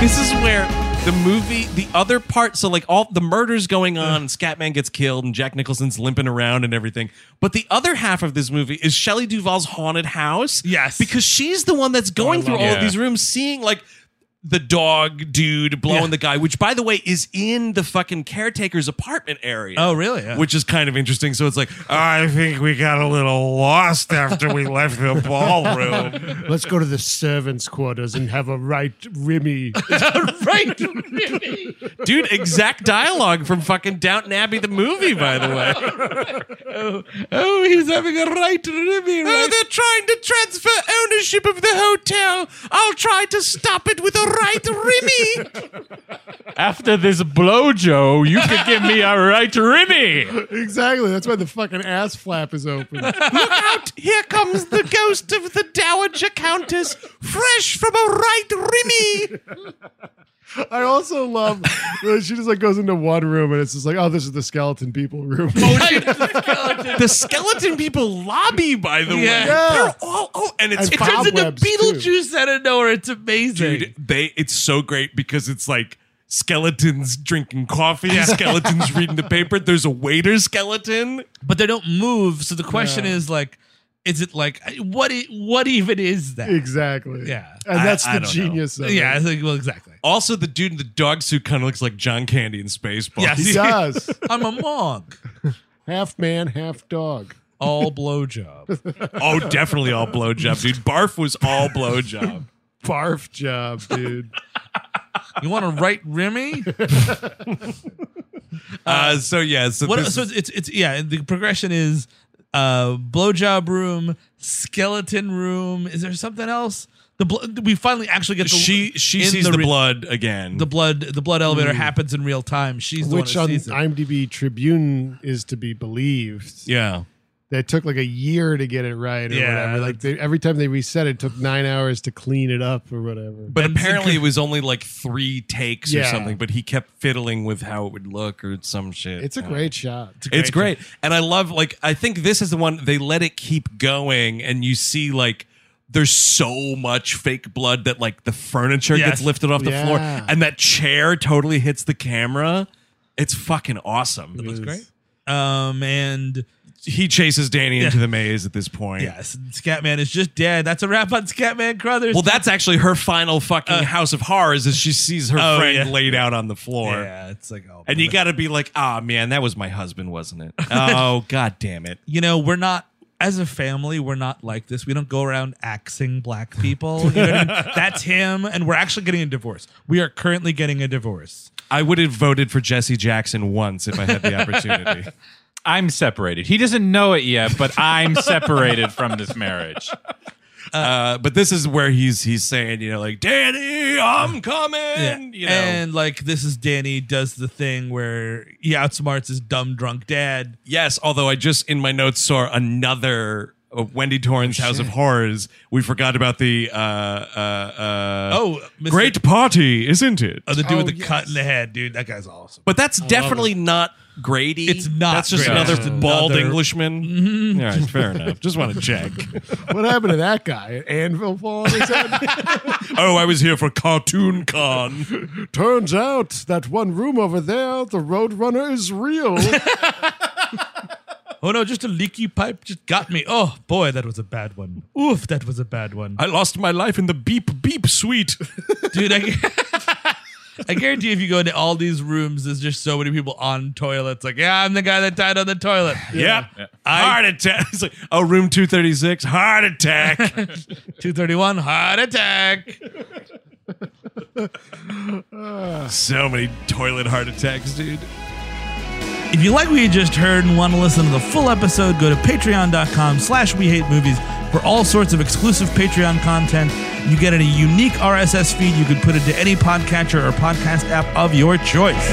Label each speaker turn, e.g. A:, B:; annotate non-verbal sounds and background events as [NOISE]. A: This is where the movie, the other part, so like all the murders going on, and Scatman gets killed, and Jack Nicholson's limping around and everything. But the other half of this movie is Shelley Duvall's haunted house.
B: Yes.
A: because she's the one that's going through all
B: it.
A: of
B: Yeah.
A: these rooms, seeing like the dog dude blowing
B: Yeah.
A: the guy, which by the way is in the fucking caretaker's apartment area.
B: Oh, really? Yeah.
A: Which is kind of interesting. So it's like, "Ah,
C: I think we got a little lost after we left the
B: [LAUGHS]
C: ballroom.
D: Let's go to the servants' quarters and have a right rimmy.
B: right.
A: dude, exact dialogue from fucking Downton Abbey the movie, by the way.
B: oh, he's having a right ribby.
A: Oh, they're trying to transfer ownership of the hotel. I'll try to stop it with a right rimmy.
B: [LAUGHS] After this blowjo, you could give me a right ribby.
D: exactly. That's why the fucking ass flap is open.
A: Look out! Here comes the ghost of the Dowager Countess, fresh from a right rimmy.
D: I also love that she just like goes into one room and it's just like, oh, this is the skeleton people room.
A: Oh, [LAUGHS] The skeleton people lobby, by the way.
B: Yeah.
A: They're all oh, and it's
D: And
A: fun.
B: Turns into
D: Cobwebs, too.
B: Beetlejuice out of nowhere. It's amazing.
A: dude. They it's so great because it's like skeletons drinking coffee,
B: [LAUGHS]
A: skeletons reading the paper. There's a waiter skeleton.
B: But they don't move. So the question is like, is it like what? I- what even is that?
D: [LAUGHS] exactly.
B: Yeah.
D: And
A: I-
D: that's
A: I
D: the
A: don't know.
D: genius of
B: Yeah, I
D: it.
B: think well, exactly.
A: Also, the dude in the dog suit kind of looks like John Candy in Spaceballs.
B: Yes.
D: He does.
B: [LAUGHS] I'm a monk.
D: half man, half dog.
B: All blowjob.
A: Oh, definitely all blowjob, dude. Barf was all blowjob.
D: Barf job, dude.
B: You want to right rimmy?
A: Uh, so yeah, so,
B: What?
A: this
B: So
A: is-
B: it's, it's it's yeah. The progression is uh blowjob room, skeleton room. Is there something else? The blo- we finally actually get the
A: she she
B: in
A: sees the,
B: re-
A: blood Mm. again.
B: The blood the blood elevator happens in real time. She's the
D: Which
B: one
D: on
B: who sees it.
D: IMDb Tribune is to be believed.
A: yeah,
D: That took like a year to get it right or
B: Yeah,
D: whatever. Like they, every time they reset it, it took nine hours to clean it up or whatever.
A: but apparently it was only like three takes or
D: Yeah.
A: something. But he kept fiddling with how it would look or some shit.
D: it's a
A: Yeah.
D: great shot.
A: It's great. And I love like I think this is the one they let it keep going and you see like there's so much fake blood that like the furniture
B: Yes.
A: gets lifted off the floor
D: Yeah.
A: and that chair totally hits the camera. It's fucking awesome.
D: It is.
B: um and
A: He chases Danny into the maze at this point.
B: yes, Scatman is just dead. That's a wrap on Scatman Crothers.
A: Well, that's actually her final fucking house of horrors as she sees her
B: Uh, Oh,
A: friend
B: yeah.
A: laid out on the floor.
B: yeah, it's like oh,
A: And you got to be like, ah, man, that was my husband, wasn't
B: [LAUGHS]
A: it? oh, god damn it.
B: you know, we're not as a family, we're not like this. We don't go around axing black people. You know what I
A: [LAUGHS]
B: mean? That's him, and we're actually getting a divorce. We are currently getting a divorce.
A: I would have voted for Jesse Jackson once if I had the [LAUGHS] opportunity.
E: I'm separated. He doesn't know it yet, but I'm separated from this marriage.
A: Uh, but this is where he's he's saying, you know, like Danny, I'm coming. You know,
B: And like this is Danny does the thing where he outsmarts his dumb drunk dad.
A: yes. Although I just in my notes saw another uh, Wendy Torrance House of Horrors. We forgot about the uh, uh, uh,
B: Oh, Mr.
A: great party, isn't it?
B: Oh, the dude with
D: Oh,
B: the cut
D: yes.
B: in the head, dude. That guy's awesome.
A: but that's definitely not Grady.
B: It's not
A: That's just
B: Grady.
A: another
B: It's just
A: bald
B: another-
A: Englishman. [LAUGHS] All right, fair enough. Just [LAUGHS] want to check.
D: What happened to that guy? An anvil fall on
A: [LAUGHS]
D: his head?
A: oh, I was here for Cartoon Con.
D: Turns out that one room over there, the Roadrunner is real.
A: [LAUGHS]
B: Oh no, just a leaky pipe just got me. Oh boy, that was a bad one. Oof, that was a bad one. [LAUGHS]
A: I lost my life in the beep beep suite.
B: dude. I, [LAUGHS] I guarantee if you go into all these rooms, there's just so many people on toilets. Like, yeah, I'm the guy that died on the toilet.
A: Yeah. Heart attack. It's like, oh, room 236, heart
B: [LAUGHS]
A: attack.
B: 231, heart attack.
A: so many toilet heart attacks, dude.
B: If you like what you just heard and want to listen to the full episode, go to patreon.com slash we hate movies for all sorts of exclusive Patreon content. You get a unique RSS feed you can put into any podcatcher or podcast app of your choice.